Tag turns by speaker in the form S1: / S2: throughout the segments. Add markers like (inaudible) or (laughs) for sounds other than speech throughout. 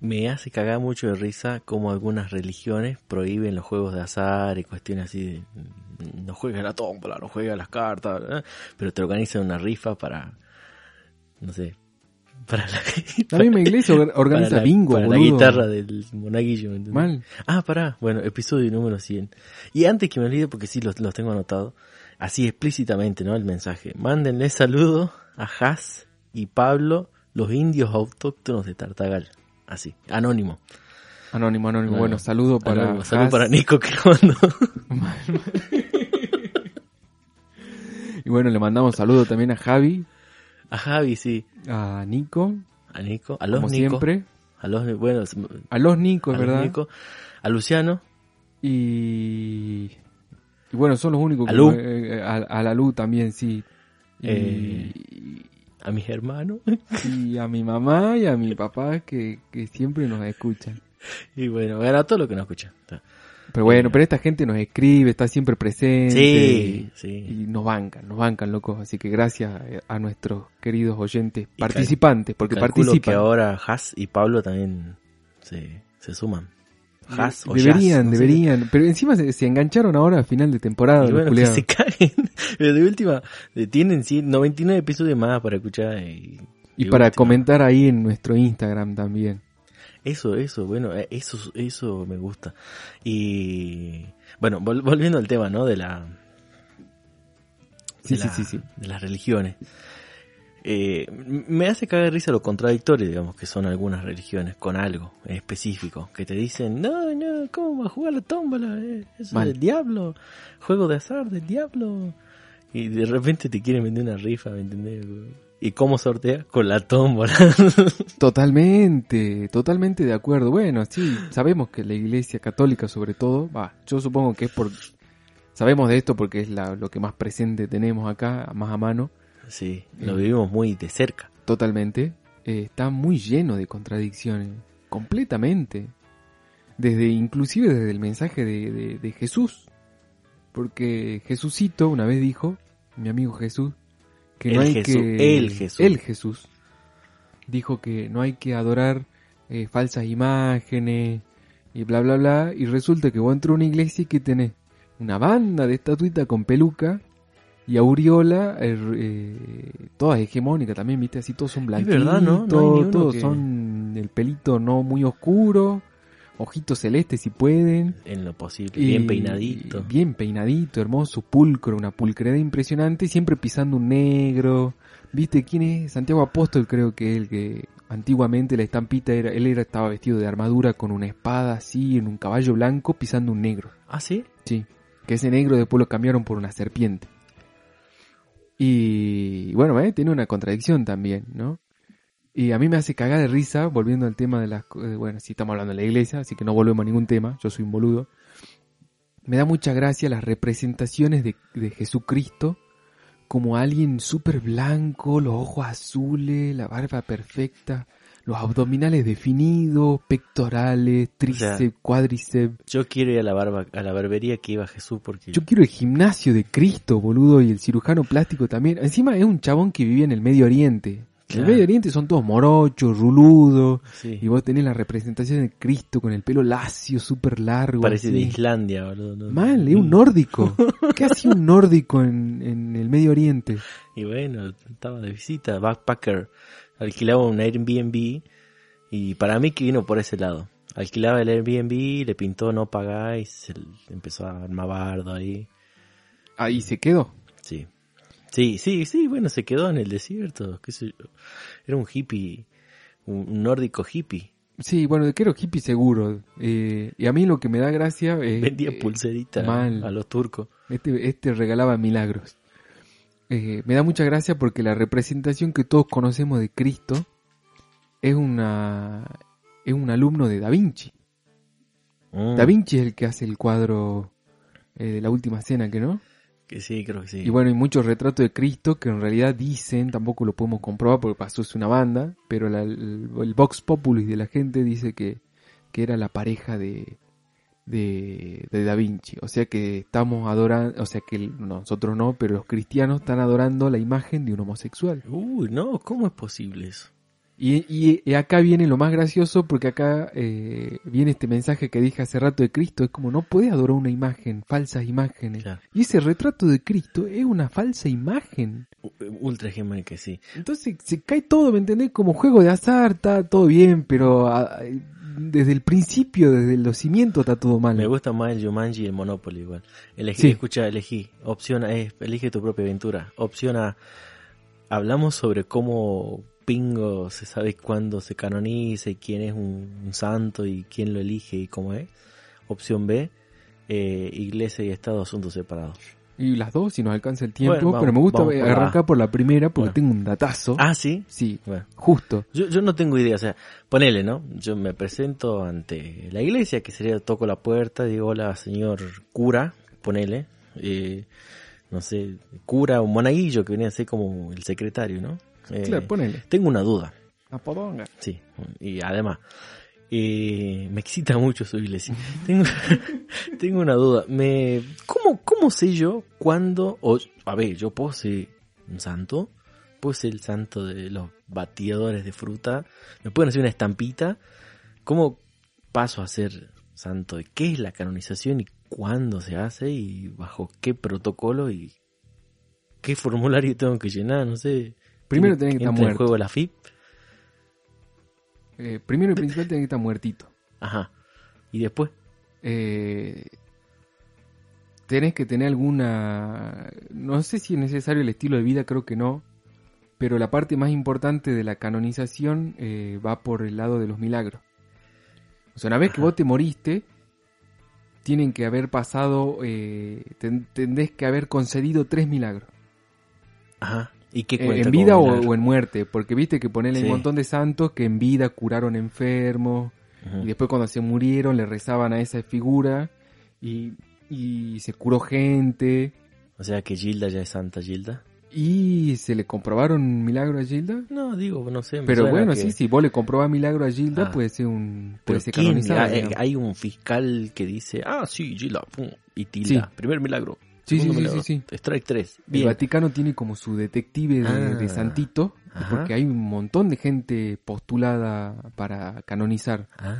S1: Me hace cagar mucho de risa como algunas religiones prohíben los juegos de azar y cuestiones así de, "Mm, no juegues a la tómbola, no juegues a las cartas, ¿verdad? pero te organizan una rifa para, no sé, (laughs) para la,
S2: La misma iglesia or-
S1: (laughs)
S2: organiza
S1: para la-
S2: bingo,
S1: para la
S2: boludo.
S1: guitarra del monaguillo. ¿entendés?
S2: Mal.
S1: Ah, pará. Bueno, episodio número 100. Y antes que me olvide, porque sí los, los tengo anotado, así explícitamente, ¿no? El mensaje. Mándenle saludos a Haas y Pablo, los indios autóctonos de Tartagal. Así, anónimo.
S2: Anónimo, anónimo.
S1: No,
S2: Bueno,
S1: no.
S2: saludo para.
S1: Anónimo. Salud
S2: Haas.
S1: para Nico (laughs) que lo mandó.
S2: Y bueno, le mandamos saludo también a Javi,
S1: A Javi, sí.
S2: a Nico,
S1: A Nico. A los
S2: como
S1: Nico.
S2: siempre.
S1: A los, bueno, s-
S2: A los Nicos,
S1: a los
S2: ¿verdad?
S1: Nico. A Luciano.
S2: Y... y bueno, son los únicos
S1: A Lu.
S2: que... eh, a, a la luz también, sí. Y,
S1: Eh. A mis hermanos.
S2: y a mi mamá y a mi papá que, que siempre nos escuchan.
S1: (laughs) Y bueno, a todo lo que nos escucha.
S2: Pero bueno, pero esta gente nos escribe, está siempre presente.
S1: Eh, Sí, sí.
S2: Y nos bancan, nos bancan, locos. Así que gracias eh, a nuestros queridos oyentes, participantes, porque
S1: Calculo
S2: participan.
S1: que ahora Haas y Pablo también se, se suman. Haas o Jazz,
S2: deberían,
S1: no sé.
S2: deberían. Pero encima se, se engancharon ahora a final de temporada.
S1: Y
S2: los
S1: bueno, que
S2: culiados.
S1: se (laughs) caguen. Pero de última, eh, tienen sí, 99 episodios más para escuchar. Y,
S2: Y
S1: de
S2: para
S1: última.
S2: comentar ahí en nuestro Instagram también.
S1: Eso, eso, bueno, eh, eso, eso me gusta. Y bueno, vol- volviendo al tema, ¿no? De la,
S2: Sí,
S1: de
S2: sí,
S1: la-
S2: sí, sí.
S1: de las religiones. Eh, m- me hace cagar risa lo contradictorio, digamos, que son algunas religiones con algo en específico, que te dicen, no, no, ¿cómo va a jugar la tómbola? Eh, Eso
S2: Mal.
S1: es del diablo, juego de azar del diablo. Y de repente te quieren vender una rifa, ¿me entendés? ¿Y cómo sorteas? Con la tómbola. (laughs)
S2: Totalmente, totalmente de acuerdo. Bueno, sí, sabemos que la Iglesia Católica sobre todo, va, yo supongo que es por... Sabemos de esto porque es la- lo que más presente tenemos acá, más a mano,
S1: sí, lo
S2: Mm.
S1: vivimos muy de cerca.
S2: totalmente. eh, está muy lleno de contradicciones, completamente. Desde, inclusive desde el mensaje de, de- de Jesús. Porque Jesucito una vez dijo, mi amigo Jesús, que no
S1: El
S2: hay
S1: Jesús,
S2: que...
S1: el Jesús.
S2: El Jesús. Dijo que no hay que adorar eh, falsas imágenes y bla, bla, bla. Y resulta que vos entras a una iglesia y que tenés una banda de estatuitas con peluca y aureola, eh, eh, todas hegemónicas también, viste, así todos son
S1: Es
S2: blanquitos,
S1: verdad, ¿no? No hay ni uno
S2: todos
S1: que-
S2: son el pelito no muy oscuro, ojitos celestes si pueden.
S1: En lo posible,
S2: y-
S1: bien peinadito.
S2: Bien peinadito, hermoso, pulcro, una pulcredad impresionante, y siempre pisando un negro. ¿Viste quién es? Santiago Apóstol creo que él que antiguamente la estampita era, él era, estaba vestido de armadura con una espada así, en un caballo blanco, pisando un negro.
S1: Ah, sí.
S2: Sí, que ese negro después lo cambiaron por una serpiente. Y bueno, eh, tiene una contradicción también, ¿no? Y a mí me hace cagar de risa, volviendo al tema de las... co- eh, Bueno, sí estamos hablando de la iglesia, así que no volvemos a ningún tema, yo soy un boludo. Me da mucha gracia las representaciones de, de Jesucristo como alguien súper blanco, los ojos azules, la barba perfecta, los abdominales definidos, pectorales,
S1: sea,
S2: tríceps, cuádriceps.
S1: Yo quiero ir a la, barba, a la barbería que iba Jesús porque...
S2: Yo quiero el gimnasio de Cristo, boludo, y el cirujano plástico también. Encima es un chabón que vivía en el Medio Oriente. En
S1: Claro.
S2: el Medio Oriente son todos morochos, ruludos.
S1: Sí.
S2: Y vos tenés la representación de Cristo con el pelo lacio, súper largo.
S1: Parece de
S2: así.
S1: Islandia, boludo. ¿no?
S2: Mal, es
S1: (laughs)
S2: un nórdico. ¿Qué hacía un nórdico en, en el Medio Oriente?
S1: Y bueno, estaba de visita, backpacker. Alquilaba un Airbnb y para mí que vino por ese lado. Alquilaba el Airbnb, le pintó no pagar y se l- empezó a armar bardo ahí.
S2: Ahí se quedó.
S1: Sí. Sí, sí, sí, bueno, se quedó en el desierto, qué sé yo. Era un hippie, un un nórdico hippie.
S2: Sí, bueno, quiero hippie seguro. Eh, y a mí lo que me da gracia es...
S1: Vendía
S2: eh,
S1: pulseritas
S2: mal.
S1: a los turcos.
S2: Este, este regalaba milagros. Eh, me da mucha gracia porque la representación que todos conocemos de Cristo es una es un alumno de Da Vinci.
S1: Mm,
S2: Da Vinci es el que hace el cuadro eh, de la última cena, ¿que no?
S1: que sí, creo que sí.
S2: Y bueno, hay muchos retratos de Cristo que en realidad dicen, tampoco lo podemos comprobar porque pasó es una banda, pero la- el, el Vox Populi de la gente dice que, que era la pareja de, de, de Da Vinci. O sea que estamos adorando, o sea que el- nosotros no, pero los cristianos están adorando la imagen de un homosexual. Eh.
S1: Uy, no, ¿cómo es posible eso?
S2: Y, y- y acá viene lo más gracioso porque acá eh, viene este mensaje que dije hace rato de Cristo. Es como no puede adorar una imagen, falsas imágenes.
S1: Claro.
S2: Y ese retrato de Cristo es una falsa imagen.
S1: U- Ultra Gemini que sí.
S2: Entonces se cae todo, ¿me entendés? Como juego de azar, está todo bien, pero ah, desde el principio, desde los cimientos está todo mal.
S1: Me gusta más el Jumanji y el Monopoly igual. Elegí,
S2: Sí.
S1: escucha, elegí. Opción A es, elige tu propia aventura. Opción A, hablamos sobre cómo Pingo se sabe cuándo se canoniza y quién es un, un santo y quién lo elige y cómo es. Opción B, eh, iglesia y Estado, asuntos separados.
S2: Y las dos, si nos alcanza el tiempo,
S1: Bueno, vamos,
S2: pero me gusta
S1: vamos por la
S2: arrancar
S1: A.
S2: por la primera porque
S1: Bueno.
S2: tengo un datazo.
S1: Ah, sí.
S2: Sí,
S1: Bueno.
S2: justo.
S1: Yo, yo no tengo idea, o sea, ponele, ¿no? Yo me presento ante la iglesia, que sería toco la puerta, digo, hola, señor cura, ponele, eh, no sé, cura o monaguillo, que venía a ser como el secretario, ¿no? Eh,
S2: Claro, ponele.
S1: tengo una duda,
S2: La podonga.
S1: sí, y además, eh, me excita mucho su iglesia. Tengo, (laughs) tengo una duda, me, ¿cómo, ¿cómo sé yo cuándo, o, a ver, yo puedo ser un santo? puedo ser el santo de los batidores de fruta, me pueden hacer una estampita. ¿Cómo paso a ser santo? ¿De qué es la canonización y cuándo se hace y bajo qué protocolo y qué formulario tengo que llenar? No sé.
S2: Primero
S1: ¿Tiene-
S2: tenés que estar
S1: entra en
S2: muerto.
S1: juego la FIP?
S2: Eh, primero y principal tiene que estar muertito.
S1: Ajá. Y después,
S2: Eh, tenés que tener alguna... No sé si es necesario el estilo de vida, creo que no. Pero la parte más importante de la canonización eh, va por el lado de los milagros. O sea, una vez que
S1: Ajá.
S2: vos te moriste, tienen que haber pasado... eh, ten- tendés que haber concedido tres milagros.
S1: ajá. ¿Y qué
S2: Eh,
S1: cuenta?
S2: en
S1: como
S2: vida o,
S1: milagro?
S2: o en muerte. Porque viste que ponerle
S1: Sí.
S2: un montón de santos que en vida curaron enfermos.
S1: Ujú.
S2: Y después cuando se murieron le rezaban a esa figura y, y se curó gente
S1: O sea que Gilda ya es santa Gilda.
S2: y se le comprobaron milagros a Gilda.
S1: No, digo, no sé. me
S2: Pero
S1: suena
S2: bueno,
S1: que-
S2: sí, si vos le comprobás milagro a Gilda
S1: Ah.
S2: puede ser un
S1: Pero
S2: puede ser
S1: ¿quién?
S2: canonizada.
S1: Ah,
S2: digamos.
S1: eh, hay un fiscal que dice, ah, sí, Gila, pum, y tilda.
S2: Sí.
S1: Primer milagro.
S2: Sí, sí,
S1: segundo
S2: sí, sí,
S1: milagro.
S2: sí.
S1: Strike 3.
S2: El
S1: Bien.
S2: Vaticano tiene como su detective de, de
S1: Ah.
S2: santito,
S1: Ajá.
S2: porque hay un montón de gente postulada para canonizar.
S1: Ah.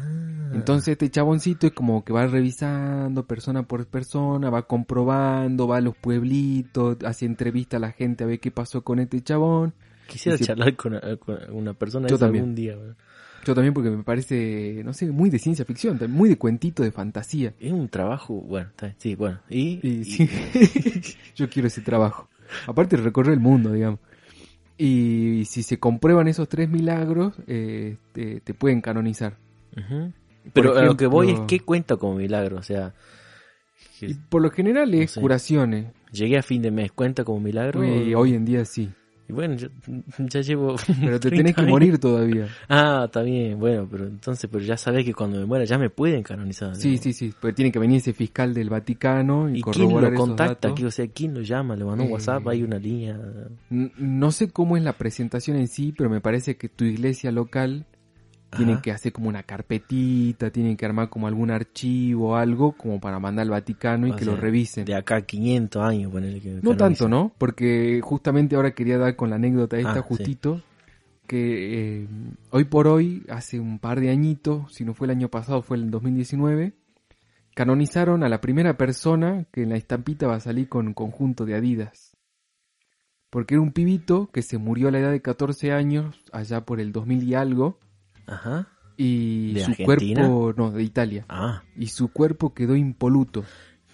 S2: Entonces este chaboncito es como que va revisando persona por persona, va comprobando, va a los pueblitos, hace entrevista a la gente a ver qué pasó con este chabón.
S1: Quisiera
S2: dice-
S1: charlar con, eh, con una persona
S2: Yo
S1: esa
S2: también.
S1: algún día. ¿verdad?
S2: Yo también porque me parece, no sé, muy de ciencia ficción, también muy de cuentito de fantasía.
S1: Es un trabajo, bueno, está bien, sí, bueno. Y,
S2: Y
S1: y-
S2: sí, (laughs) yo quiero ese trabajo. Aparte recorrer el mundo, digamos. Y si se comprueban esos tres milagros, eh, te, te pueden canonizar.
S1: Ujú. Pero a lo que
S2: ejemplo-
S1: voy es que cuenta como milagro, o sea, que
S2: Y por lo general es
S1: No sé.
S2: curaciones.
S1: llegué a fin de mes, cuenta como milagro.
S2: Y hoy en día sí.
S1: Y bueno, yo- (laughs) ya llevo... (laughs)
S2: Pero
S1: 30
S2: te tenés que
S1: años.
S2: morir todavía.
S1: Ah, está bien, bueno, pero entonces, pero ya sabés que cuando me muera ya me pueden canonizar.
S2: Sí,
S1: digamos.
S2: sí, sí, pero tiene que venir ese fiscal del Vaticano y,
S1: ¿Y quién
S2: corroborar
S1: lo
S2: esos
S1: contacta?
S2: datos.
S1: ¿Qué- o sea, ¿quién lo llama? ¿Le mandó un
S2: Eh.
S1: WhatsApp? ¿Hay una línea?
S2: N- No sé cómo es la presentación en sí, pero me parece que tu iglesia local tiene
S1: Ajá.
S2: que hacer como una carpetita, tienen que armar como algún archivo o algo como para mandar al Vaticano y
S1: O
S2: que
S1: sea,
S2: lo revisen.
S1: De acá a 500 años, ponele que...
S2: No
S1: canonice.
S2: tanto, ¿no? Porque justamente ahora quería dar con la anécdota esta
S1: Ah, sí.
S2: justito, que eh, hoy por hoy, hace un par de añitos, si no fue el año pasado, fue el 2019, canonizaron a la primera persona que en la estampita va a salir con un conjunto de Adidas. Porque era un pibito que se murió a la edad de 14 años, allá por el 2000 y algo,
S1: Ajá.
S2: y
S1: ¿De
S2: su
S1: Argentina?
S2: cuerpo, no, de Italia,
S1: Ah,
S2: y su cuerpo quedó impoluto.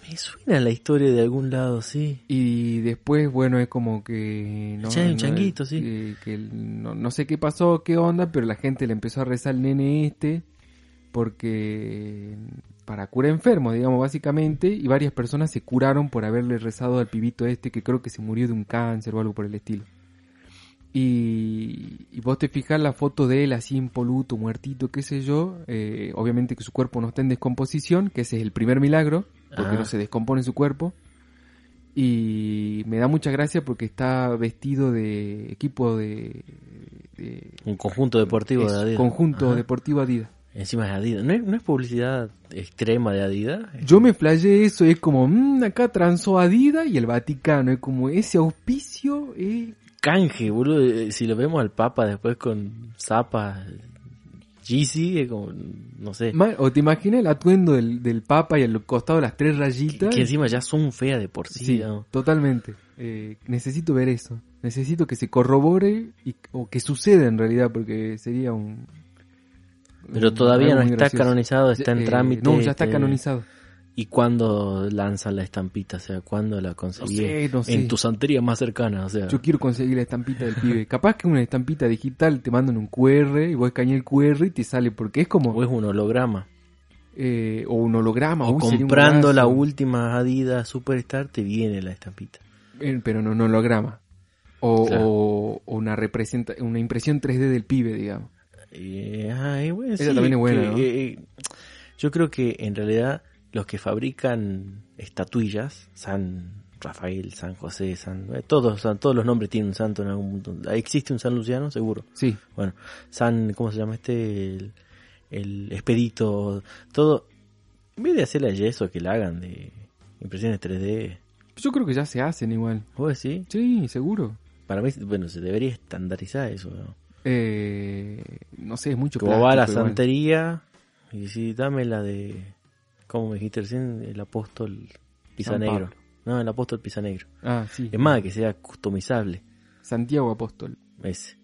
S1: me suena la historia de algún lado, sí.
S2: Y después, bueno, es como que...
S1: Ya hay un changuito, sí.
S2: eh, que el- no, no sé qué pasó, qué onda, pero la gente le empezó a rezar al nene este porque para cura enfermo, digamos, básicamente, y varias personas se curaron por haberle rezado al pibito este que creo que se murió de un cáncer o algo por el estilo. Y, y vos te fijas la foto de él así impoluto, muertito, qué sé yo, eh, obviamente que su cuerpo no está en descomposición, que ese es el primer milagro, porque
S1: Ah.
S2: no se descompone su cuerpo. Y me da mucha gracia porque está vestido de equipo de... de-
S1: Un conjunto deportivo
S2: es
S1: de Adidas.
S2: Conjunto
S1: Ajá.
S2: deportivo Adidas.
S1: Encima es Adidas. ¿No es, no es publicidad extrema de Adidas?
S2: Yo me flayé eso, es como, "Mm, acá transó Adidas y el Vaticano, es como, ese auspicio es
S1: canje, boludo. Eh, Si lo vemos al Papa después con Zappa, Jeezy, es como, no sé.
S2: Mal- o te imaginas el atuendo del, del Papa y al costado las tres rayitas.
S1: Que encima ya son feas de por sí.
S2: Sí,
S1: digamos.
S2: totalmente. Eh, necesito ver eso. Necesito que se corrobore y, o que suceda en realidad, porque sería un.
S1: Pero
S2: un-
S1: todavía
S2: Mm, algo
S1: no
S2: muy
S1: está
S2: gracioso.
S1: canonizado, está en
S2: Eh,
S1: trámite.
S2: No, ya está
S1: este,
S2: canonizado.
S1: ¿Y cuándo lanzan la estampita? O sea, ¿cuándo la conseguí?
S2: sé, no sé.
S1: En tu santería más cercana, o sea.
S2: Yo quiero conseguir la estampita del pibe. Capaz que una estampita digital te mandan un QR y vos escaneas el QR y te sale, porque es como.
S1: O es un holograma.
S2: eh, o un holograma.
S1: o
S2: uy, sería un
S1: comprando la
S2: golazo.
S1: última Adidas Superstar, te viene la estampita.
S2: Eh, pero no un holograma. O,
S1: Claro.
S2: o- o una, representa una impresión 3D del pibe, digamos.
S1: Eh, ay, bueno,
S2: Esa
S1: sí,
S2: también es buena,
S1: que,
S2: ¿no?
S1: eh, eh, yo creo que en realidad los que fabrican estatuillas, San Rafael, San José, San, eh, todos, san- todos los nombres tienen un santo en algún punto. Existe un San Luciano, seguro.
S2: Sí,
S1: Bueno, San, ¿cómo se llama este? El, el expedito, todo. En vez de hacerle a yeso que la hagan de impresiones 3D,
S2: yo creo que ya se hacen igual.
S1: ¿vos decís?
S2: Sí, seguro.
S1: Para mí, bueno, se debería estandarizar eso, ¿no?
S2: Eh, no sé, es mucho
S1: Como va a la
S2: plástico igual.
S1: santería y dice, dame la de, como me dijiste recién, el apóstol Pisanegro.
S2: Pablo.
S1: No, el apóstol Pisanegro.
S2: Ah, sí.
S1: Es más, que sea customizable.
S2: Santiago Apóstol.
S1: Ese.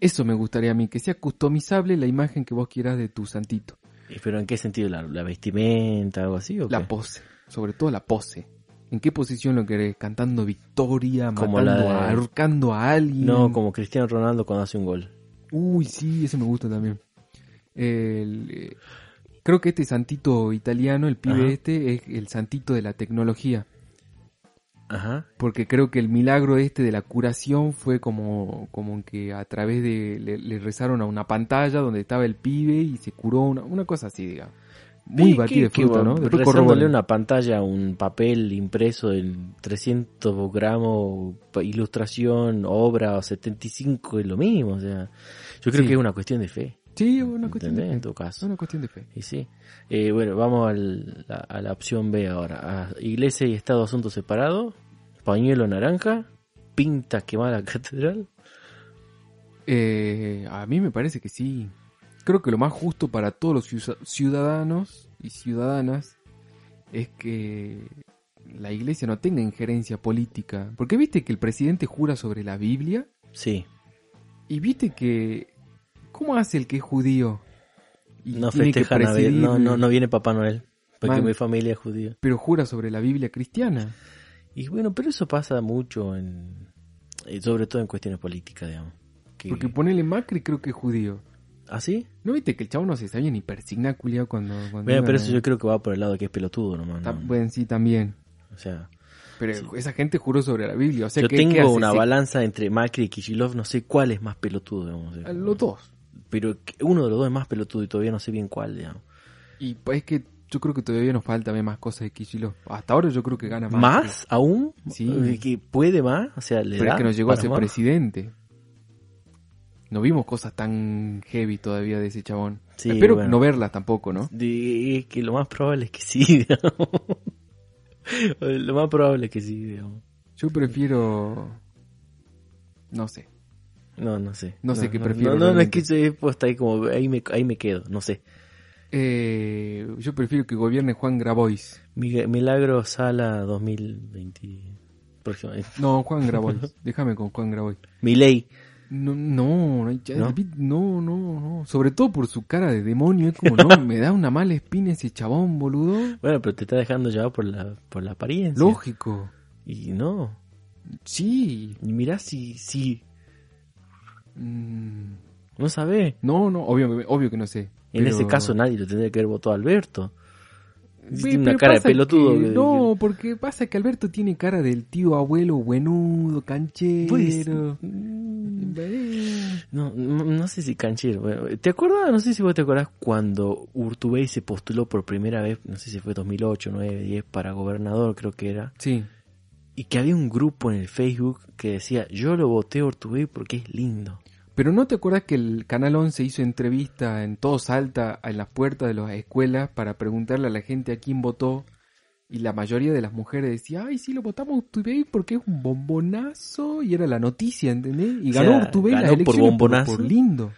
S2: Eso me gustaría a mí, que sea customizable la imagen que vos quieras de tu santito.
S1: Eh, ¿Pero en qué sentido? ¿La, la vestimenta algo así? ¿o
S2: La
S1: qué?
S2: pose, sobre todo la pose. ¿En qué posición lo querés? ¿Cantando victoria?
S1: Como
S2: matando
S1: la de-
S2: a- ahorcando a alguien?
S1: No, como Cristiano Ronaldo cuando hace un gol.
S2: Uy, sí, ese me gusta también. El, eh, creo que este santito italiano, el pibe
S1: Ajá.
S2: este, es el santito de la tecnología.
S1: Ajá.
S2: Porque creo que el milagro este de la curación fue como, como que a través de... Le, le rezaron a una pantalla donde estaba el pibe y se curó, una, una cosa así, digamos. Muy
S1: Sí,
S2: batido de
S1: que- que
S2: fruta,
S1: va-
S2: ¿no? Después
S1: rezándole
S2: corroboré.
S1: una pantalla, un papel impreso en 300 gramos, pa- ilustración, obra, o 75, es lo mismo. O sea, yo creo
S2: Sí.
S1: que es una cuestión de fe.
S2: Sí, una cuestión,
S1: ¿entendés?
S2: de
S1: En
S2: fe.
S1: tu caso.
S2: una cuestión de fe.
S1: Y sí. Eh, bueno, vamos al- a, a la opción B ahora. A iglesia y Estado asunto separado, pañuelo naranja, pinta quemada la catedral.
S2: Eh, a mí me parece que sí. Creo que lo más justo para todos los ciusa- ciudadanos y ciudadanas es que la iglesia no tenga injerencia política. Porque viste que el presidente jura sobre la Biblia
S1: Sí,
S2: y viste que... ¿Cómo hace el que es judío? Y
S1: no
S2: tiene que
S1: festeja Navidad. No,
S2: presidir,
S1: no, no viene Papá Noel, porque
S2: Man.
S1: mi familia es judía.
S2: Pero jura sobre la Biblia cristiana.
S1: Y bueno, pero eso pasa mucho en... eh, Sobre todo en cuestiones políticas, digamos. Que-
S2: Porque ponele Macri creo que es judío.
S1: ¿Ah, sí?
S2: ¿No viste que el chavo no se sabía ni persignar culiao, cuando... cuando
S1: Bueno,
S2: iban
S1: pero
S2: a-
S1: eso yo creo que va por el lado de que es pelotudo nomás.
S2: Ta-
S1: ¿no?
S2: Ah, Bueno, sí, también.
S1: O sea,
S2: Pero
S1: Sí.
S2: esa gente juró sobre la Biblia. O sea,
S1: yo
S2: ¿qué-
S1: tengo
S2: qué hace?
S1: una
S2: Se-
S1: balanza entre Macri y Kishilov, no sé cuál es más pelotudo. Digamos,
S2: a Los dos.
S1: pero que- uno de los dos es más pelotudo y todavía no sé bien cuál, digamos.
S2: Y pues, es que yo creo que todavía nos falta ver más cosas de Kishilov. Hasta ahora yo creo que gana más.
S1: ¿Más? ¿Aún?
S2: Sí.
S1: Eh, ¿Que ¿Puede más? O sea, le
S2: Pero
S1: da
S2: es que nos llegó a
S1: para
S2: ser
S1: más?
S2: presidente. No vimos cosas tan heavy todavía de ese chabón.
S1: Sí,
S2: Espero
S1: bueno.
S2: no verlas tampoco, ¿no?
S1: De- es que lo más probable es que sí, (laughs) digamos. lo más probable es que sí, digamos.
S2: Yo prefiero... No sé.
S1: No, no sé.
S2: No sé qué prefiero
S1: No, no, no, es
S2: realmente.
S1: que yo he puesto ahí como, ahí me, ahí me quedo, no sé.
S2: Eh, yo prefiero que gobierne Juan Grabois.
S1: Mig- Milagro Sala 2020. Próximo.
S2: No,
S1: (laughs)
S2: Juan Grabois. Déjame con Juan Grabois.
S1: Miley.
S2: No, no, no, hay- ya-
S1: ¿No?
S2: vi- ¿No? no, no, Sobre todo por su cara de demonio, es como, no, me da una mala espina ese chabón, boludo.
S1: Bueno, pero te está dejando llevar por la, por la apariencia.
S2: Lógico.
S1: Y no.
S2: Sí.
S1: Y mirá si, si,
S2: Mm,
S1: no sabés.
S2: No, no, obvio, obvio que no sé.
S1: En
S2: pero-
S1: ese caso nadie lo tendría que haber votado a Alberto.
S2: Ve,
S1: Tiene una
S2: pero
S1: cara de
S2: pasa
S1: pelotudo.
S2: que-
S1: que-
S2: no, porque pasa que Alberto tiene cara del tío abuelo buenudo, canchero.
S1: Pues, mm,
S2: Eh,
S1: no, no, no sé si canchero. bueno, ¿Te acuerdas? No sé si vos te acordás cuando Urtubey se postuló por primera vez, no sé si fue 2008, 9, 10, para gobernador creo que era.
S2: Sí.
S1: Y que había un grupo en el Facebook que decía, yo lo voté a Urtubey porque es lindo.
S2: Pero ¿no te acuerdas que el Canal 11 hizo entrevista en todo Salta, en las puertas de las escuelas, para preguntarle a la gente a quién votó? Y la mayoría de las mujeres decía, ay, sí, lo votamos a Urtubey porque es un bombonazo. Y era la noticia, ¿entendés? Y
S1: O sea,
S2: ganó Urtubey
S1: ganó
S2: las
S1: por
S2: elecciones
S1: bombonazo.
S2: por lindo.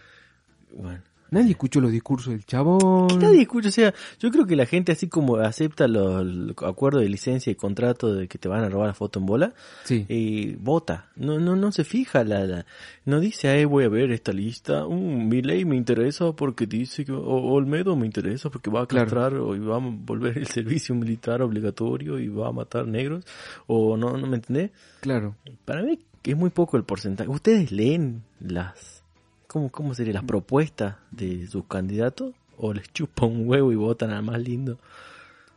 S1: Bueno.
S2: Nadie escuchó los discursos del chabón.
S1: Nadie escucha, o sea, yo creo que la gente así como acepta los, los acuerdos de licencia y contrato de que te van a robar la foto en bola,
S2: Sí.
S1: y vota. No, no, no se fija la, la- no dice, eh, voy a ver esta lista, um, ley me interesa porque dice que, o Olmedo me interesa porque va a
S2: Claro.
S1: castrar o y va a volver el (laughs) servicio militar obligatorio y va a matar negros, o no, no me entendés.
S2: Claro.
S1: Para mí es muy poco el porcentaje. ¿Ustedes leen las, cómo, cómo sería, las propuestas de sus candidatos? ¿O les chupa un huevo y votan al más lindo?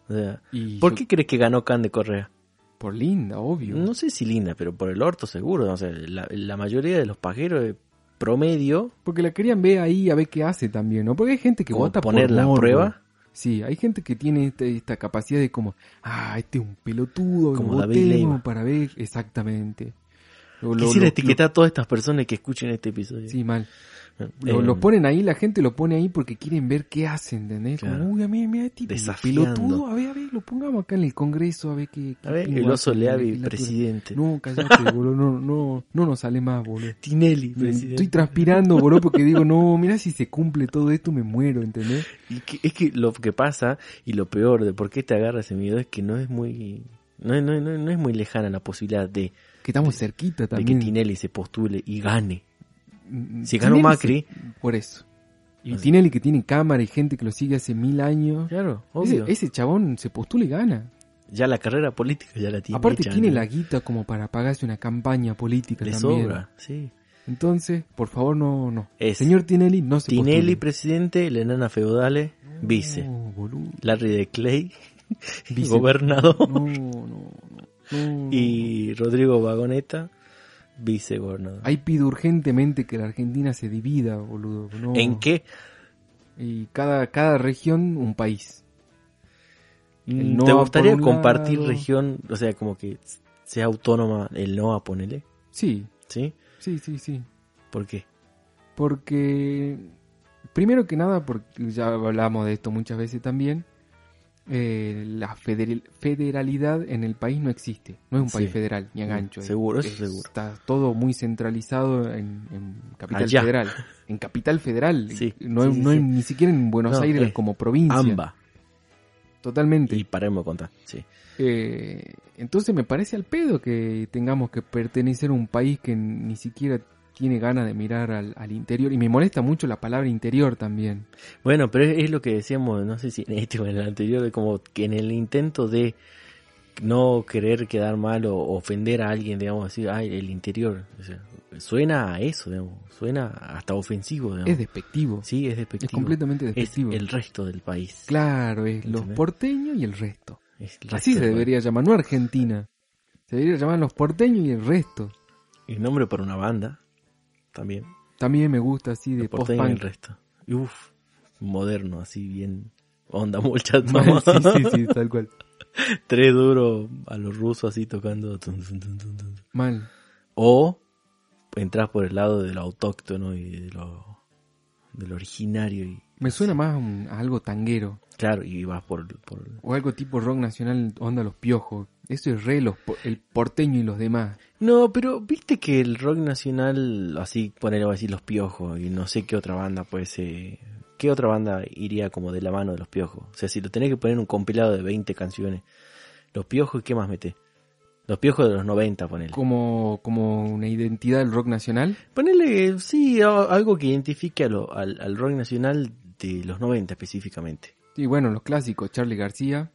S1: O sea,
S2: Y
S1: ¿por
S2: yo-
S1: qué crees que ganó Can de Correa?
S2: Por linda, obvio.
S1: No sé si linda, pero por el orto seguro. O sea, la, la mayoría de los pajeros de promedio,
S2: Porque la querían ver ahí a ver qué hace también, ¿no? Porque hay gente que
S1: Como
S2: vota
S1: poner
S2: por
S1: la
S2: morbo.
S1: prueba.
S2: Sí, hay gente que tiene este- esta capacidad de como, ah, este es un pelotudo,
S1: Como
S2: lo
S1: David
S2: votemos
S1: Leyva.
S2: para ver exactamente. Lo- lo-
S1: quisiera
S2: lo-
S1: etiquetar a todas estas personas que escuchen este episodio.
S2: lo- sí, mal.
S1: Eh,
S2: Lo, lo ponen ahí, la gente lo pone ahí porque quieren ver qué hacen, ¿entendés?
S1: Claro.
S2: Como, uy, a mí me este
S1: Desafiando.
S2: pelotudo, a ver, a ver, lo pongamos acá en el Congreso, a ver qué... qué
S1: a ver,
S2: pingo
S1: el oso
S2: hace en la
S1: Leavi,
S2: legislatura.
S1: presidente.
S2: No,
S1: (laughs)
S2: callate, boludo, no, no, no nos sale más, boludo.
S1: Tinelli,
S2: Me-
S1: presidente.
S2: Estoy transpirando, boludo, porque digo, no, mira si se cumple todo esto, me muero, ¿entendés?
S1: Y que- es que lo que pasa, y lo peor de por qué te agarra ese miedo, es que no es muy... No, es- no es- no es- no es muy lejana la posibilidad de,
S2: Que estamos cerquita
S1: de que
S2: también.
S1: Tinelli se postule y gane.
S2: Mm,
S1: Si ganó
S2: Tinelli
S1: Macri...
S2: se- Por eso. Y
S1: Así.
S2: Tinelli que tiene cámara y gente que lo sigue hace mil años.
S1: Claro,
S2: Ese,
S1: obvio.
S2: ese chabón se postula y gana.
S1: Ya la carrera política ya la tiene.
S2: Aparte
S1: hecha,
S2: tiene
S1: ¿no?
S2: la guita como para pagarse una campaña política
S1: Le
S2: también.
S1: sobra, sí.
S2: Entonces, por favor, no, no.
S1: Es-
S2: Señor Tinelli, no se
S1: Tinelli,
S2: postule.
S1: presidente, la enana feudale, vice.
S2: No,
S1: (laughs)
S2: boludo.
S1: Larry de
S2: (laughs)
S1: Clay,
S2: Vice. No,
S1: gobernador.
S2: no, no, no.
S1: Y Rodrigo Vagoneta, vicegobernador.
S2: Ahí pido urgentemente que la Argentina se divida, boludo. No.
S1: ¿En qué?
S2: Y cada, cada región un país. El
S1: ¿Te
S2: Noa
S1: gustaría
S2: por un
S1: compartir
S2: lado.
S1: región, o sea, como que sea autónoma el NOA, ponele?
S2: Sí,
S1: ¿Sí?
S2: sí, sí, sí.
S1: ¿Por qué?
S2: Porque, primero que nada, porque ya hablamos de esto muchas veces también, eh, la federal- federalidad en el país no existe. No es un
S1: Sí. Mm,
S2: país federal, ni a gancho. eh.
S1: Seguro,
S2: Es-
S1: eso seguro.
S2: Está todo muy centralizado en, en Capital
S1: Allá.
S2: Federal. En Capital Federal.
S1: Sí,
S2: No,
S1: sí,
S2: hay-
S1: sí,
S2: no hay
S1: sí.
S2: ni siquiera en Buenos
S1: No,
S2: Aires
S1: es
S2: como provincia.
S1: Amba.
S2: Totalmente.
S1: Y paremos de contar. Sí.
S2: Eh, entonces me parece al pedo que tengamos que pertenecer a un país que ni siquiera tiene ganas de mirar al, al interior. Y me molesta mucho la palabra interior también.
S1: Bueno, pero es, es lo que decíamos, no sé si en este o en el anterior, de como que en el intento de no querer quedar mal o ofender a alguien, digamos, decir, ay, el interior. O sea, suena a eso, digamos, suena hasta ofensivo, digamos.
S2: Es despectivo.
S1: sí, es despectivo.
S2: es completamente
S1: Es
S2: despectivo.
S1: el resto del país.
S2: Claro, es los
S1: ¿Entendés?
S2: porteños y el resto.
S1: Es el
S2: Así
S1: resto
S2: se
S1: del
S2: debería llamar, no Argentina. Se debería llamar los porteños y el resto.
S1: país. Y nombre para una banda, también.
S2: También me gusta así de
S1: El porteño y el
S2: post-punk.
S1: resto. Y uff, moderno, así bien. Onda mucha
S2: Mal, (laughs) sí, sí,
S1: (laughs)
S2: sí, tal cual.
S1: Tres duros a los rusos así tocando. tun, tun, tun, tun, tun.
S2: Mal.
S1: O entras por el lado de lo autóctono y de lo, de lo originario. Y,
S2: Me suena más a, un- a algo tanguero.
S1: claro, y vas por, por
S2: O algo tipo rock nacional, onda los piojos. Eso es re los po- el porteño y los demás.
S1: No, pero viste que el rock nacional, así ponerlo así, los piojos, y no sé qué otra banda puede ser. ¿Qué otra banda iría como de la mano de los piojos? O sea, si lo tenés que poner en un compilado de 20 canciones, los piojos, ¿qué más metés? Los piojos de los 90, ponele.
S2: Como, como una identidad del rock nacional.
S1: Ponele, sí, a- algo que identifique a lo- al, al rock nacional de los 90 específicamente.
S2: Y bueno, los clásicos, Charlie García,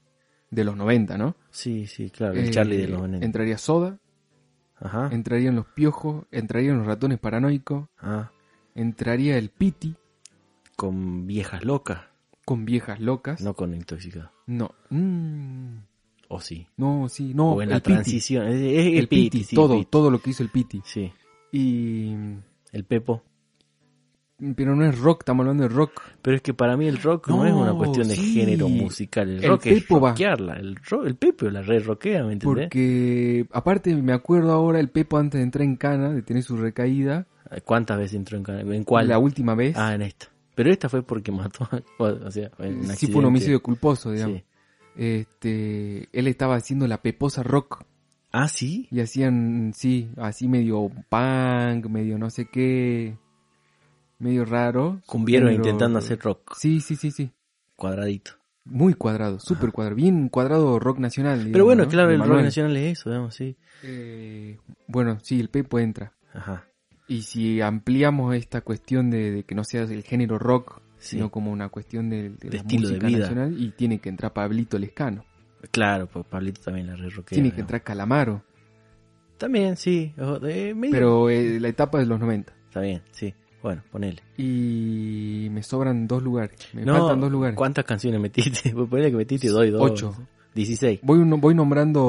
S2: de los 90, ¿no?
S1: Sí, sí, claro, el
S2: Eh,
S1: Charlie de los 90.
S2: Entraría Soda,
S1: Ajá.
S2: entrarían los piojos, entrarían los ratones paranoicos,
S1: ah,
S2: entraría el Piti
S1: con viejas locas,
S2: con viejas locas.
S1: no con intoxicados.
S2: No, mm,
S1: O sí.
S2: no, sí, no.
S1: o en
S2: el
S1: la
S2: Piti,
S1: transición. Es- es- es
S2: El, Piti,
S1: sí, el
S2: todo,
S1: Piti.
S2: todo lo que hizo el Piti.
S1: Sí,
S2: Y.
S1: el Pepo.
S2: Pero no es rock, estamos hablando de rock.
S1: Pero es que para mí el rock no,
S2: No,
S1: es una cuestión de
S2: sí.
S1: género musical. El,
S2: El
S1: rock
S2: Pepo
S1: es
S2: va.
S1: rockearla. El, ro el Pepo la re rockea, ¿me entendés?
S2: Porque aparte me acuerdo ahora el Pepo antes de entrar en cana, de tener su recaída,
S1: Ah, ¿Cuántas veces entró en canal? ¿En cuál?
S2: la última vez,
S1: Ah, en esta. Pero esta fue porque mató. a- (laughs) O sea, en un
S2: sí fue un
S1: accidente.
S2: homicidio culposo, digamos.
S1: Sí.
S2: Este, él estaba haciendo la peposa rock
S1: Ah, sí.
S2: y hacían, sí, así medio punk, medio no sé qué, medio raro.
S1: Cumbieron
S2: Pero-
S1: intentando hacer rock
S2: Sí, sí, sí, sí.
S1: cuadradito.
S2: Muy cuadrado, súper cuadrado, bien cuadrado rock nacional.
S1: Pero
S2: digamos,
S1: bueno,
S2: ¿no?
S1: claro,
S2: De
S1: el rock
S2: Manuel.
S1: nacional es eso, digamos, sí.
S2: Eh, bueno, sí, el Pepo entra.
S1: Ajá.
S2: Y si ampliamos esta cuestión de, de que no sea el género rock,
S1: Sí.
S2: sino como una cuestión de, de
S1: De
S2: la
S1: estilo de
S2: música
S1: vida.
S2: nacional, y tiene que entrar Pablito Lescano,
S1: Claro, pues Pablito también la re rockea,
S2: tiene que
S1: digamos.
S2: entrar Calamaro,
S1: También, sí. o- eh, medio-
S2: pero eh, la etapa de los 90.
S1: Está bien, sí. Bueno, ponele.
S2: Y me sobran dos lugares, me
S1: No,
S2: faltan dos lugares.
S1: ¿Cuántas canciones metiste? (laughs) Pues ponele que metiste doy, dos.
S2: Ocho.
S1: Dieciséis.
S2: Voy, un- voy nombrando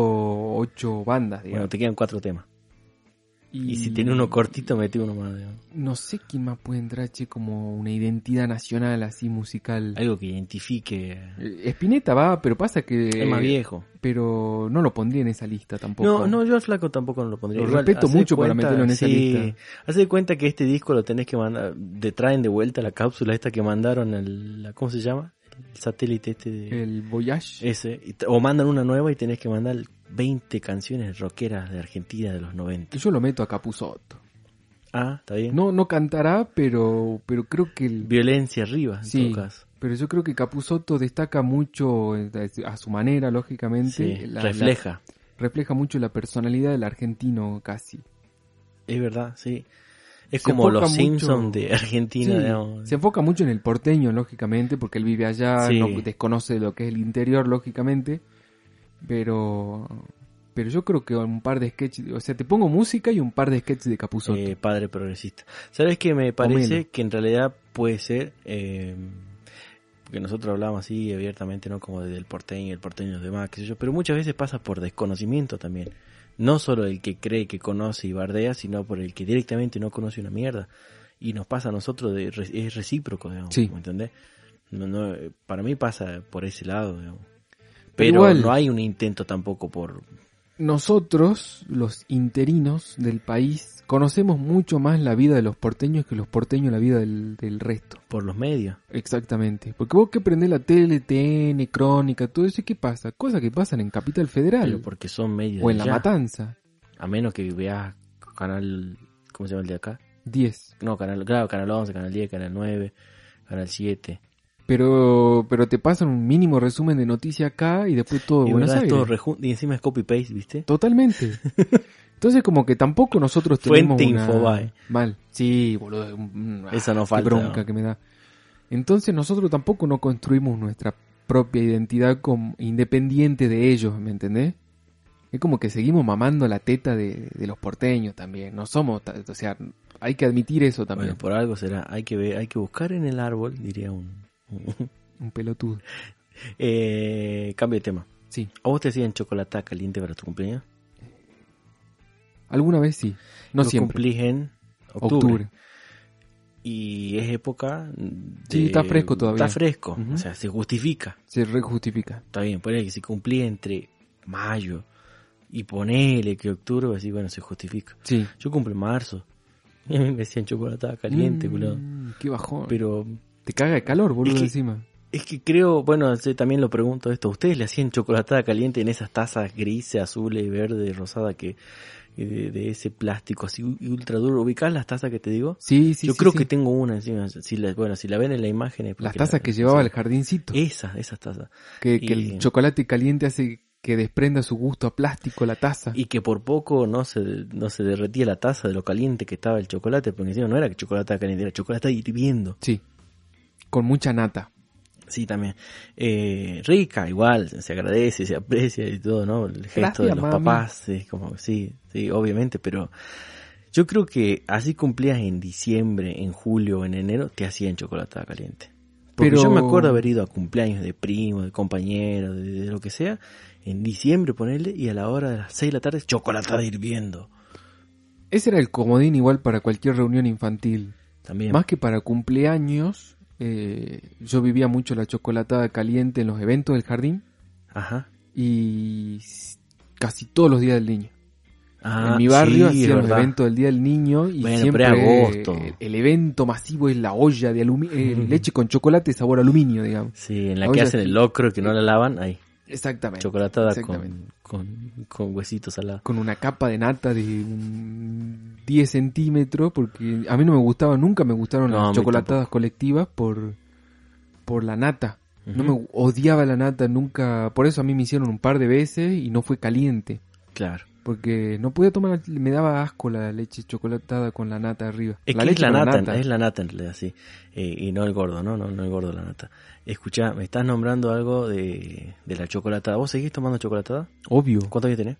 S2: ocho bandas,
S1: Bueno,
S2: digamos.
S1: te quedan cuatro temas. Y, si tiene uno cortito, metí uno más. digamos.
S2: No sé quién más puede entrar, che, como una identidad nacional así musical.
S1: Algo que identifique.
S2: Eh, Spinetta va, pero pasa que...
S1: es más viejo.
S2: Pero no lo pondría en esa lista tampoco.
S1: No, no, yo al flaco tampoco no lo pondría.
S2: Lo
S1: Igual,
S2: respeto
S1: hacé
S2: mucho para meterlo en esa lista.
S1: Hacé de cuenta que este disco lo tenés que mandar. Te traen de vuelta la cápsula esta que mandaron al. la- ¿Cómo se llama? El satélite este de.
S2: El Voyage.
S1: Ese. y t- O mandan una nueva y tenés que mandar 20 canciones rockeras de Argentina de los 90.
S2: Yo lo meto a Capuzotto.
S1: Ah, está bien.
S2: No, no cantará, pero, pero creo que el-
S1: Violencia arriba, en
S2: Sí.
S1: todo caso.
S2: pero yo creo que Capuzotto destaca mucho eh, a su manera, lógicamente.
S1: Sí,
S2: la- la-
S1: refleja.
S2: refleja mucho la personalidad del argentino casi.
S1: Es verdad, sí. Es
S2: Se
S1: como
S2: enfoca
S1: los
S2: mucho-
S1: Simpsons de Argentina,
S2: Sí,
S1: digamos.
S2: se enfoca mucho en el porteño, lógicamente, porque él vive allá,
S1: Sí.
S2: no desconoce lo que es el interior, lógicamente. Pero pero yo creo que un par de sketches, o sea, te pongo música y un par de sketches de Capuzotto.
S1: eh, padre progresista. ¿Sabes qué? Me
S2: menos.
S1: parece que en realidad puede ser, eh, porque nosotros hablamos así abiertamente, ¿no? Como del porteño, el porteño y los demás, qué sé yo, pero muchas veces pasa por desconocimiento también. No solo el que cree que conoce y bardea, sino por el que directamente no conoce una mierda. Y nos pasa a nosotros, de, re- es recíproco, digamos,
S2: Sí.
S1: ¿me entendés? No, no, eh, para mí pasa por ese lado, digamos. Pero
S2: igual-
S1: no hay un intento tampoco por...
S2: Nosotros, los interinos del país, conocemos mucho más la vida de los porteños que los porteños la vida del, del resto.
S1: por los medios.
S2: Exactamente. Porque vos que prendés la tele, TN, Crónica, todo eso, ¿y ¿qué pasa? Cosas que pasan en Capital
S1: Pero
S2: Federal
S1: porque son medios
S2: o
S1: de
S2: en La
S1: allá.
S2: Matanza.
S1: A menos que veas canal, ¿cómo se llama el de acá?
S2: 10.
S1: No, canal, claro, canal 11, canal 10, canal 9, canal 7.
S2: Pero, pero te pasan un mínimo resumen de noticia acá y después todo
S1: y,
S2: Buenos
S1: verdad, es
S2: Aires.
S1: todo rejun- y encima es copy-paste, ¿viste?
S2: Totalmente. Entonces como que tampoco nosotros tenemos
S1: Fuente
S2: una...
S1: Infobae.
S2: Mal. Sí, boludo. mm,
S1: Esa no
S2: qué
S1: falta,
S2: bronca
S1: ¿no?
S2: que me da. Entonces nosotros tampoco no construimos nuestra propia identidad como independiente de ellos, ¿me entendés? Es como que seguimos mamando la teta de, de los porteños también. No somos, ta- o sea, hay que admitir eso también.
S1: Bueno, por algo será. Hay que ver, hay que buscar en el árbol, diría un...
S2: Un pelotudo.
S1: eh, cambio de tema.
S2: Sí.
S1: ¿A vos te hacían chocolatada caliente para tu cumpleaños?
S2: Alguna vez sí. No
S1: Lo
S2: siempre.
S1: cumplís en octubre.
S2: Octubre.
S1: Y es época de-
S2: Sí, está fresco todavía.
S1: Está fresco.
S2: Ujú.
S1: O sea, se justifica.
S2: Se rejustifica.
S1: Está bien, ponele que si cumplí entre mayo y ponele que octubre, así bueno, se justifica.
S2: Sí.
S1: Yo cumplo en marzo. (laughs) Y a mí me decían chocolatada caliente,
S2: Mm,
S1: culo.
S2: Qué bajón.
S1: Pero
S2: Te caga el calor, boludo,
S1: Es que-
S2: encima.
S1: es que creo, bueno, yo también lo pregunto esto. ¿Ustedes le hacían chocolatada caliente en esas tazas grises, azules, verde, rosada que eh, de, de ese plástico así u- ultra duro? ¿Ubicás las tazas que te digo?
S2: Sí, sí,
S1: Yo
S2: sí,
S1: creo
S2: sí.
S1: que tengo una encima. Si la, bueno, si la ven en la imagen. es
S2: Las
S1: porque
S2: tazas
S1: la-
S2: que llevaba
S1: sí.
S2: el jardincito.
S1: Esas, esas tazas.
S2: que, que
S1: y-
S2: el chocolate caliente hace que desprenda su gusto a plástico la taza.
S1: Y que por poco no se, no se derretía la taza de lo caliente que estaba el chocolate, porque encima no era chocolate caliente, era chocolate hirviendo.
S2: Sí. Con mucha nata.
S1: Sí, también. Eh, rica, igual, se agradece, se aprecia y todo, ¿no? El gesto
S2: Gracias,
S1: de los
S2: mami.
S1: papás, es como, sí, sí, obviamente, pero yo creo que así cumplías en diciembre, en julio, en enero, te hacían chocolatada caliente. Porque
S2: Pero-
S1: yo me acuerdo haber ido a cumpleaños de primos, de compañeros, de, de lo que sea, en diciembre ponerle, y a la hora de las 6 de la tarde, chocolatada hirviendo.
S2: Ese era el comodín igual para cualquier reunión infantil.
S1: También.
S2: Más que para cumpleaños, eh, yo vivía mucho la chocolatada caliente en los eventos del jardín
S1: Ajá.
S2: y s- casi todos los días del niño.
S1: Ah,
S2: en mi barrio
S1: sí, es
S2: hacían los
S1: verdad.
S2: eventos del Día del Niño y
S1: Bueno,
S2: siempre
S1: pero agosto.
S2: eh, El, evento masivo es la
S1: (laughs)
S2: olla de aluminio, leche con chocolate sabor aluminio, digamos.
S1: Sí, en la
S2: La
S1: que
S2: olla
S1: hacen
S2: sí.
S1: el locro y que no la lavan, ahí.
S2: Exactamente.
S1: Chocolatada
S2: exactamente.
S1: con, con, con huesitos al lado.
S2: Con una capa de nata de un 10 centímetros, porque a mí no me gustaba, nunca me gustaron
S1: No, a
S2: las
S1: mí
S2: chocolatadas colectivas por, por la nata. No
S1: Ujú.
S2: me odiaba la nata, nunca. Por eso a mí me hicieron un par de veces y no fue caliente.
S1: Claro.
S2: Porque no podía tomar, me daba asco la leche chocolatada con la nata arriba.
S1: Es
S2: la
S1: que
S2: leche
S1: es la
S2: con
S1: nata, es la nata en realidad, sí. Eh, y no el gordo, ¿no? No, no el gordo, la nata. Escuchá, me estás nombrando algo de, de la chocolatada. ¿Vos seguís tomando chocolatada?
S2: Obvio,
S1: ¿Cuántos años tenés?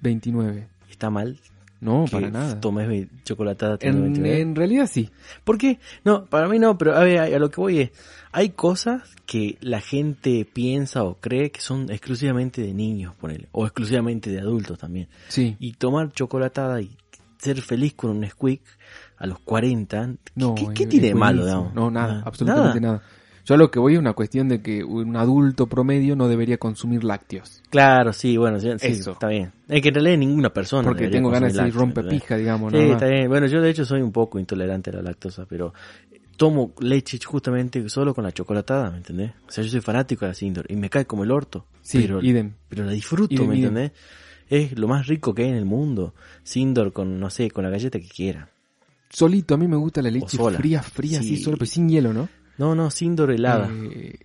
S2: 29.
S1: ¿Está mal?
S2: No,
S1: que
S2: para nada.
S1: Tomes mi chocolatada teniendo
S2: En,
S1: 29?
S2: en realidad sí.
S1: ¿Por qué? No, para mí no, pero a, ver, a- a lo que voy es, hay cosas que la gente piensa o cree que son exclusivamente de niños, ponele, o exclusivamente de adultos también.
S2: Sí.
S1: Y tomar chocolatada y ser feliz con un squeak a los 40, ¿qué,
S2: No,
S1: qué- qué
S2: es-
S1: tiene
S2: es
S1: de malo,
S2: buenísimo.
S1: digamos?
S2: No, nada,
S1: Ah,
S2: absolutamente
S1: nada.
S2: nada. Yo a lo que voy es una cuestión de que un adulto promedio no debería consumir lácteos.
S1: Claro, sí, bueno, sí, sí,
S2: Eso.
S1: está bien. Es que en realidad ninguna persona.
S2: porque
S1: debería
S2: tengo ganas de
S1: consumir
S2: ser
S1: lácteos,
S2: rompe pija, digamos.
S1: Sí,
S2: nada más.
S1: está bien. Bueno, yo de hecho soy un poco intolerante a la lactosa, pero tomo leche justamente solo con la chocolatada, ¿me entendés? O sea, yo soy fanático de la Sindor y me cae como el orto.
S2: Sí,
S1: pero,
S2: idem.
S1: pero la disfruto,
S2: Idem,
S1: ¿me
S2: idem.
S1: entendés? Es lo más rico que hay en el mundo. Sindor con, no sé, con la galleta que quiera.
S2: Solito, a mí me gusta la leche
S1: sola.
S2: fría, fría, así
S1: Sí.
S2: sola, pero sin hielo, ¿no?
S1: No, no, Sindor helada.
S2: Eh,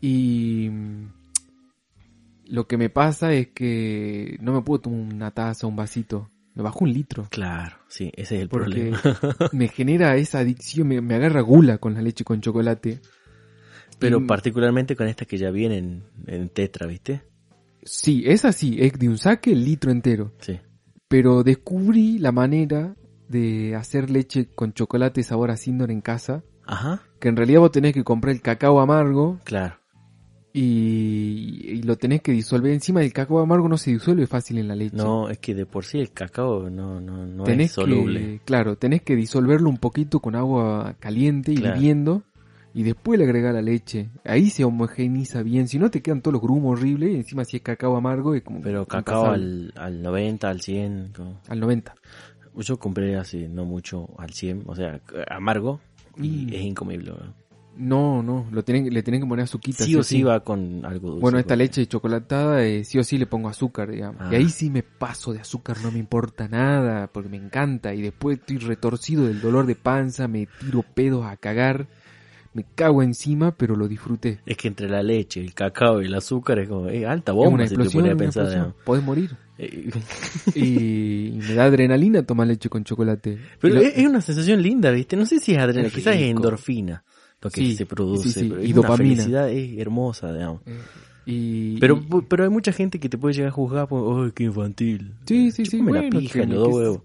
S2: y mm, lo que me pasa es que no me puedo tomar una taza, un vasito. Me bajo un litro.
S1: Claro, sí, ese es el
S2: Porque
S1: problema.
S2: me genera esa adicción, me, me agarra gula con la leche con chocolate.
S1: Pero
S2: y-
S1: particularmente con estas que ya vienen en tetra, ¿viste?
S2: Sí, es así, es de un saque el litro entero.
S1: Sí.
S2: Pero descubrí la manera de hacer leche con chocolate sabor a Sindor en casa.
S1: Ajá,
S2: Que en realidad vos tenés que comprar el cacao amargo
S1: claro.
S2: y, y lo tenés que disolver. Encima el cacao amargo no se disuelve fácil en la leche.
S1: No, es que de por sí el cacao no, no, no
S2: tenés
S1: es soluble.
S2: Que, claro, tenés que disolverlo un poquito con agua caliente y
S1: Claro.
S2: hirviendo. Y después le agregás la leche. Ahí se homogeneiza bien. Si no, te quedan todos los grumos horribles. Y encima, si es cacao amargo, es como.
S1: Pero cacao
S2: impasable.
S1: al, al 90, al 100. como-
S2: al 90.
S1: Yo compré hace no mucho al 100, o sea, amargo y
S2: Mm.
S1: es incomible. ¿no?
S2: No, no. Lo tienen, le tienen que poner azuquita.
S1: Sí o sí va con algo dulce.
S2: Bueno, esta
S1: porque-
S2: leche chocolatada, eh, sí o sí le pongo azúcar, digamos. Y
S1: Ah.
S2: ahí sí me paso de azúcar, no me importa nada, porque me encanta. Y después estoy retorcido del dolor de panza, me tiro pedos a cagar, me cago encima, pero lo disfruté.
S1: Es que entre la leche, el cacao y el azúcar es como eh, alta
S2: Es una
S1: bomba si te
S2: explosión,
S1: pones a
S2: una
S1: pensar.
S2: explosión. Podés morir.
S1: digamos. Eh,
S2: Y, y me da adrenalina tomar leche con chocolate.
S1: Pero
S2: Y lo-
S1: es, es una sensación linda, ¿viste? No sé si es adrenalina,
S2: Es
S1: quizás es
S2: rico.
S1: endorfina lo que
S2: Sí,
S1: se produce.
S2: sí, sí,
S1: pero
S2: y
S1: es una
S2: dopamina.
S1: felicidad es hermosa, digamos.
S2: eh, y-
S1: Pero,
S2: y-
S1: pero hay mucha gente que te puede llegar a juzgar por, ¡ay, qué infantil!
S2: Sí, sí, sí,
S1: Chúpame la
S2: bueno,
S1: pija,
S2: que-
S1: los dos
S2: que-
S1: huevos.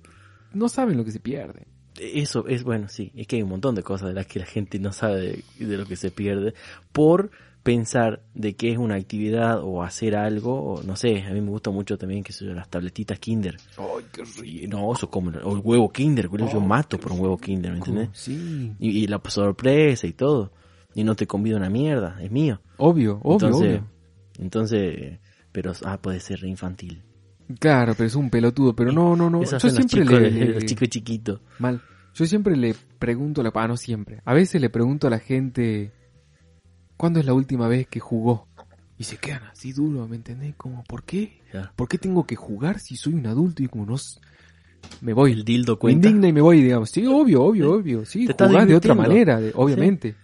S2: no saben lo que se pierde.
S1: Eso es bueno, sí, es que hay un montón de cosas de las que la gente no sabe de, de lo que se pierde por pensar de que es una actividad o hacer algo, o no sé, a mí me gusta mucho también que son las tabletitas Kinder.
S2: Ay, qué rico.
S1: Y no, eso como o el huevo Kinder, boludo,
S2: Oh,
S1: yo mato por un huevo Kinder, ¿me entendés?
S2: Sí.
S1: Y, y la sorpresa y todo. Y no te convido una mierda, es mío.
S2: Obvio, obvio,
S1: entonces,
S2: obvio.
S1: entonces, pero ah, puede ser re infantil.
S2: Claro, pero es un pelotudo, pero no, no, no.
S1: Eso
S2: Yo
S1: hacen los
S2: siempre
S1: chicos,
S2: le,
S1: (laughs) los
S2: le-
S1: chicos chiquitos.
S2: mal. Yo siempre le pregunto a la ah, no siempre. A veces le pregunto a la gente ¿cuándo es la última vez que jugó? Y se quedan así duro, ¿me entendés? Como, ¿por qué?
S1: Claro.
S2: ¿Por qué tengo que jugar si soy un adulto y como no s- me voy?
S1: El dildo
S2: me
S1: cuenta.
S2: indigna y me voy, digamos. Sí, obvio, obvio, obvio. Sí,
S1: Te estás
S2: jugás de otra
S1: divirtiendo.
S2: manera, de- obviamente.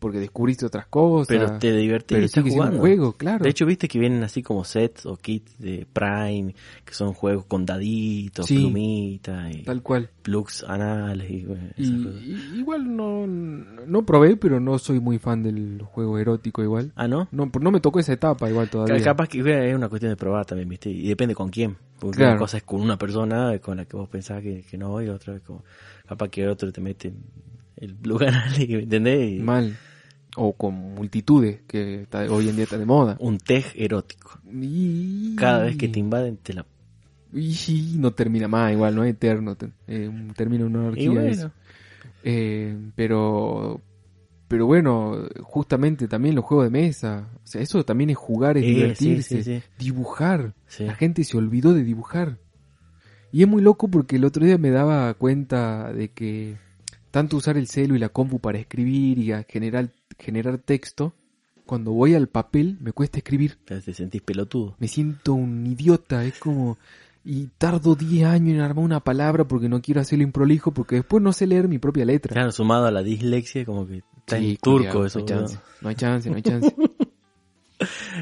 S2: Porque descubriste otras cosas.
S1: Pero te divertís,
S2: pero
S1: estás
S2: sigue siendo un
S1: jugando.
S2: juego, claro.
S1: De hecho, viste que vienen así como sets o kits de Prime, que son juegos con daditos,
S2: Sí.
S1: plumitas, y
S2: tal cual.
S1: plugs anales y bueno,
S2: Y,
S1: esas cosas.
S2: y- igual no, no probé, pero no soy muy fan del juego erótico igual.
S1: Ah, ¿no?
S2: No, no me tocó esa etapa igual todavía.
S1: Ca- Capaz que bueno, es una cuestión de probar también, viste, y depende con quién. Porque
S2: Claro.
S1: una cosa es con una persona con la que vos pensás que, que no, y otra es como, capaz que otro te mete el plug (laughs) anal, y, ¿me ¿entendés? Y
S2: Mal. O con multitudes, que está- hoy en día está de moda.
S1: un tej erótico.
S2: Y...
S1: Cada vez que te invaden, te la...
S2: Y no termina más igual, no es eterno. te- eh, un- termina una
S1: Y
S2: anarquía eso.
S1: bueno,
S2: Eh, pero... Pero bueno, justamente también los juegos de mesa. O sea, eso también es jugar, es
S1: Eh, sí,
S2: divertirse.
S1: sí, sí.
S2: Dibujar.
S1: sí.
S2: La gente se olvidó de dibujar. Y es muy loco porque el otro día me daba cuenta de que tanto usar el celu y la compu para escribir y a generar, generar texto, cuando voy al papel me cuesta escribir.
S1: Te te sentís pelotudo.
S2: Me siento un idiota, es como... Y tardo 10 años en armar una palabra porque no quiero hacerlo improlijo porque después no sé leer mi propia letra.
S1: Claro, sumado a la dislexia, como que está
S2: Sí,
S1: en turco
S2: culiao,
S1: eso.
S2: No hay
S1: boludo.
S2: chance, no hay chance, no
S1: (laughs)
S2: hay chance.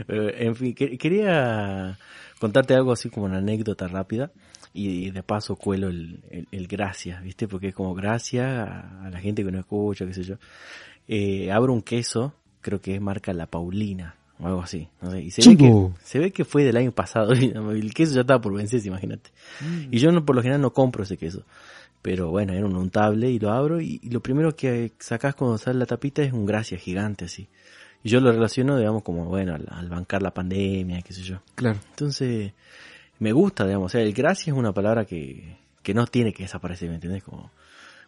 S1: Eh, en fin, que- quería contarte algo así como una anécdota rápida y de paso cuelo el, el, el gracias, ¿viste? Porque es como gracias a, a la gente que no escucha, qué sé yo. Eh, abro un queso, creo que es marca La Paulina o algo así. no sé, y se ve, que,
S2: Chivo.
S1: se ve que fue del año pasado (laughs) y el queso ya estaba por vencerse, imagínate. Y yo no, por lo general no compro ese queso. Pero bueno, era un untable y lo abro y, y lo primero que sacas cuando sale la tapita es un gracias gigante así. Y yo lo relaciono, digamos, como, bueno, al, al bancar la pandemia, qué sé yo.
S2: Claro.
S1: Entonces, me gusta, digamos, o sea, el gracias es una palabra que, que no tiene que desaparecer, ¿me entendés? Como,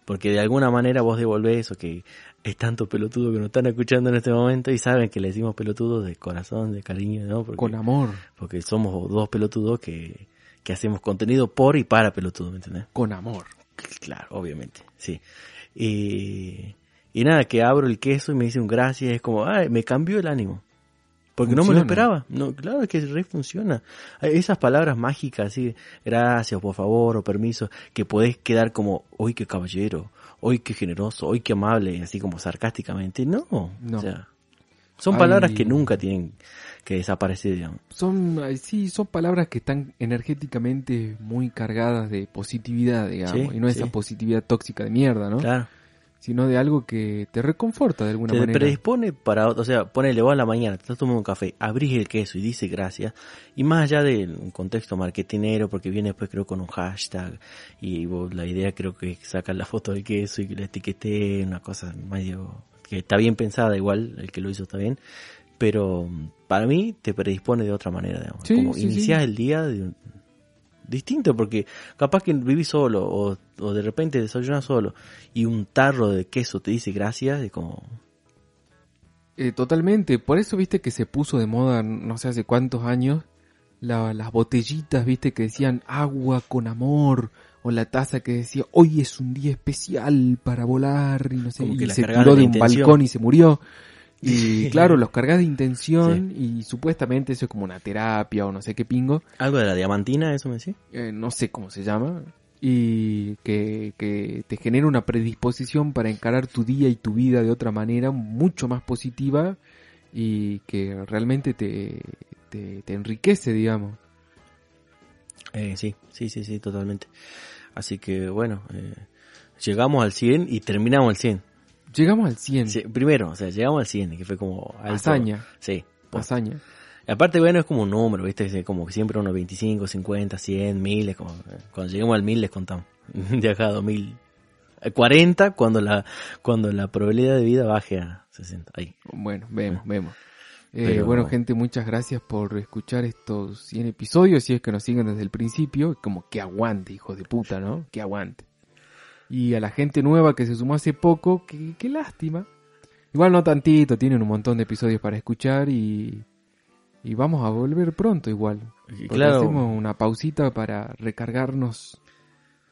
S1: porque de alguna manera vos devolvés eso que es tanto pelotudo que nos están escuchando en este momento y saben que le decimos pelotudo de corazón, de cariño, ¿no? Porque,
S2: Con amor,
S1: porque somos dos pelotudos que, que hacemos contenido por y para pelotudos, ¿me entendés?
S2: con amor.
S1: Claro, obviamente, sí. Y, y nada, que abro el queso y me dice un gracias, es como, ay, me cambió el ánimo. Porque no me lo
S2: Funciona.
S1: esperaba. No, claro que re funciona. Hay Esas palabras mágicas, así, gracias, por favor, o permiso, que podés quedar como, hoy qué caballero, hoy qué generoso, hoy qué amable, así como sarcásticamente. No,
S2: No.
S1: o sea, son
S2: Ay.
S1: palabras que nunca tienen que desaparecer, digamos.
S2: Son, eh, sí, son palabras que están energéticamente muy cargadas de positividad, digamos.
S1: Sí,
S2: y no
S1: sí.
S2: esa positividad tóxica de mierda, ¿no?
S1: Claro.
S2: Sino de algo que te reconforta de alguna
S1: te
S2: manera.
S1: predispone para, o sea, ponele vos a la mañana, te estás tomando un café, abrís el queso y dice gracias, y más allá del contexto marketinero, porque viene después creo con un hashtag, y vos, la idea creo que es sacar la foto del queso y que la etiquete, una cosa medio, que está bien pensada igual, el que lo hizo está bien, pero mm, para mí te predispone de otra manera, digamos,
S2: Sí,
S1: como
S2: sí, sí.
S1: iniciás el día de un- distinto porque capaz que vivís solo o, o de repente desayunas solo y un tarro de queso te dice gracias es como
S2: Eh, totalmente. Por eso viste que se puso de moda, no sé hace cuántos años, la- las botellitas, viste, que decían agua con amor. O la taza que decía, hoy es un día especial para volar. Y no sé,
S1: Como que
S2: y
S1: las
S2: se
S1: cargadas
S2: tiró
S1: de
S2: de un
S1: intención.
S2: balcón y
S1: (laughs)
S2: se murió. Y
S1: Sí.
S2: claro, los cargas de intención y supuestamente eso es como una terapia o no sé qué pingo.
S1: Algo de la diamantina, eso me decís.
S2: eh, no sé cómo se llama, y que, que te genera una predisposición para encarar tu día y tu vida de otra manera mucho más positiva y que realmente te, te, te enriquece, digamos.
S1: Eh, sí, sí, sí, sí, totalmente. Así que bueno, eh, llegamos al 100 y terminamos al 100.
S2: Llegamos al 100,
S1: Sí, primero, o sea, llegamos al 100, que fue como... alto.
S2: Mm. hazaña,
S1: Sí. po-
S2: hazaña.
S1: Aparte, bueno, es como un número, ¿viste? Es Como que siempre uno 25, 50, 100, 1000, es como... eh, Cuando lleguemos al 1000 les contamos. (laughs) De acá a 2000. eh, 40 cuando la, cuando la probabilidad de vida baje a 60. Ahí.
S2: Bueno, vemos, vemos. Eh,
S1: Pero-
S2: Bueno, gente, muchas gracias por escuchar estos 100 episodios. Si es que nos siguen desde el principio, como que aguante, hijos de puta, ¿no? Que aguante. Y a la gente nueva que se sumó hace poco, qué, qué lástima. Igual no tantito, tienen un montón de episodios para escuchar y, y vamos a volver pronto igual.
S1: Y
S2: Porque
S1: claro,
S2: Hacemos una pausita para recargarnos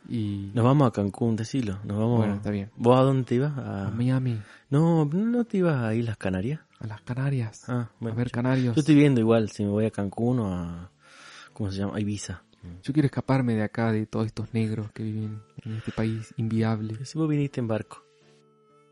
S2: y...
S1: nos vamos a Cancún, decilo. Nos vamos...
S2: Bueno, está bien.
S1: ¿Vos a dónde te ibas?
S2: A Miami,
S1: No, no te ibas a Islas Canarias.
S2: a las Canarias.
S1: Ah, bueno.
S2: a ver,
S1: yo
S2: Canarios.
S1: estoy viendo igual si me voy a Cancún o a. ¿Cómo se llama? A Ibiza.
S2: Yo quiero escaparme de acá, de todos estos negros que viven en este país inviable.
S1: Si vos viniste en barco.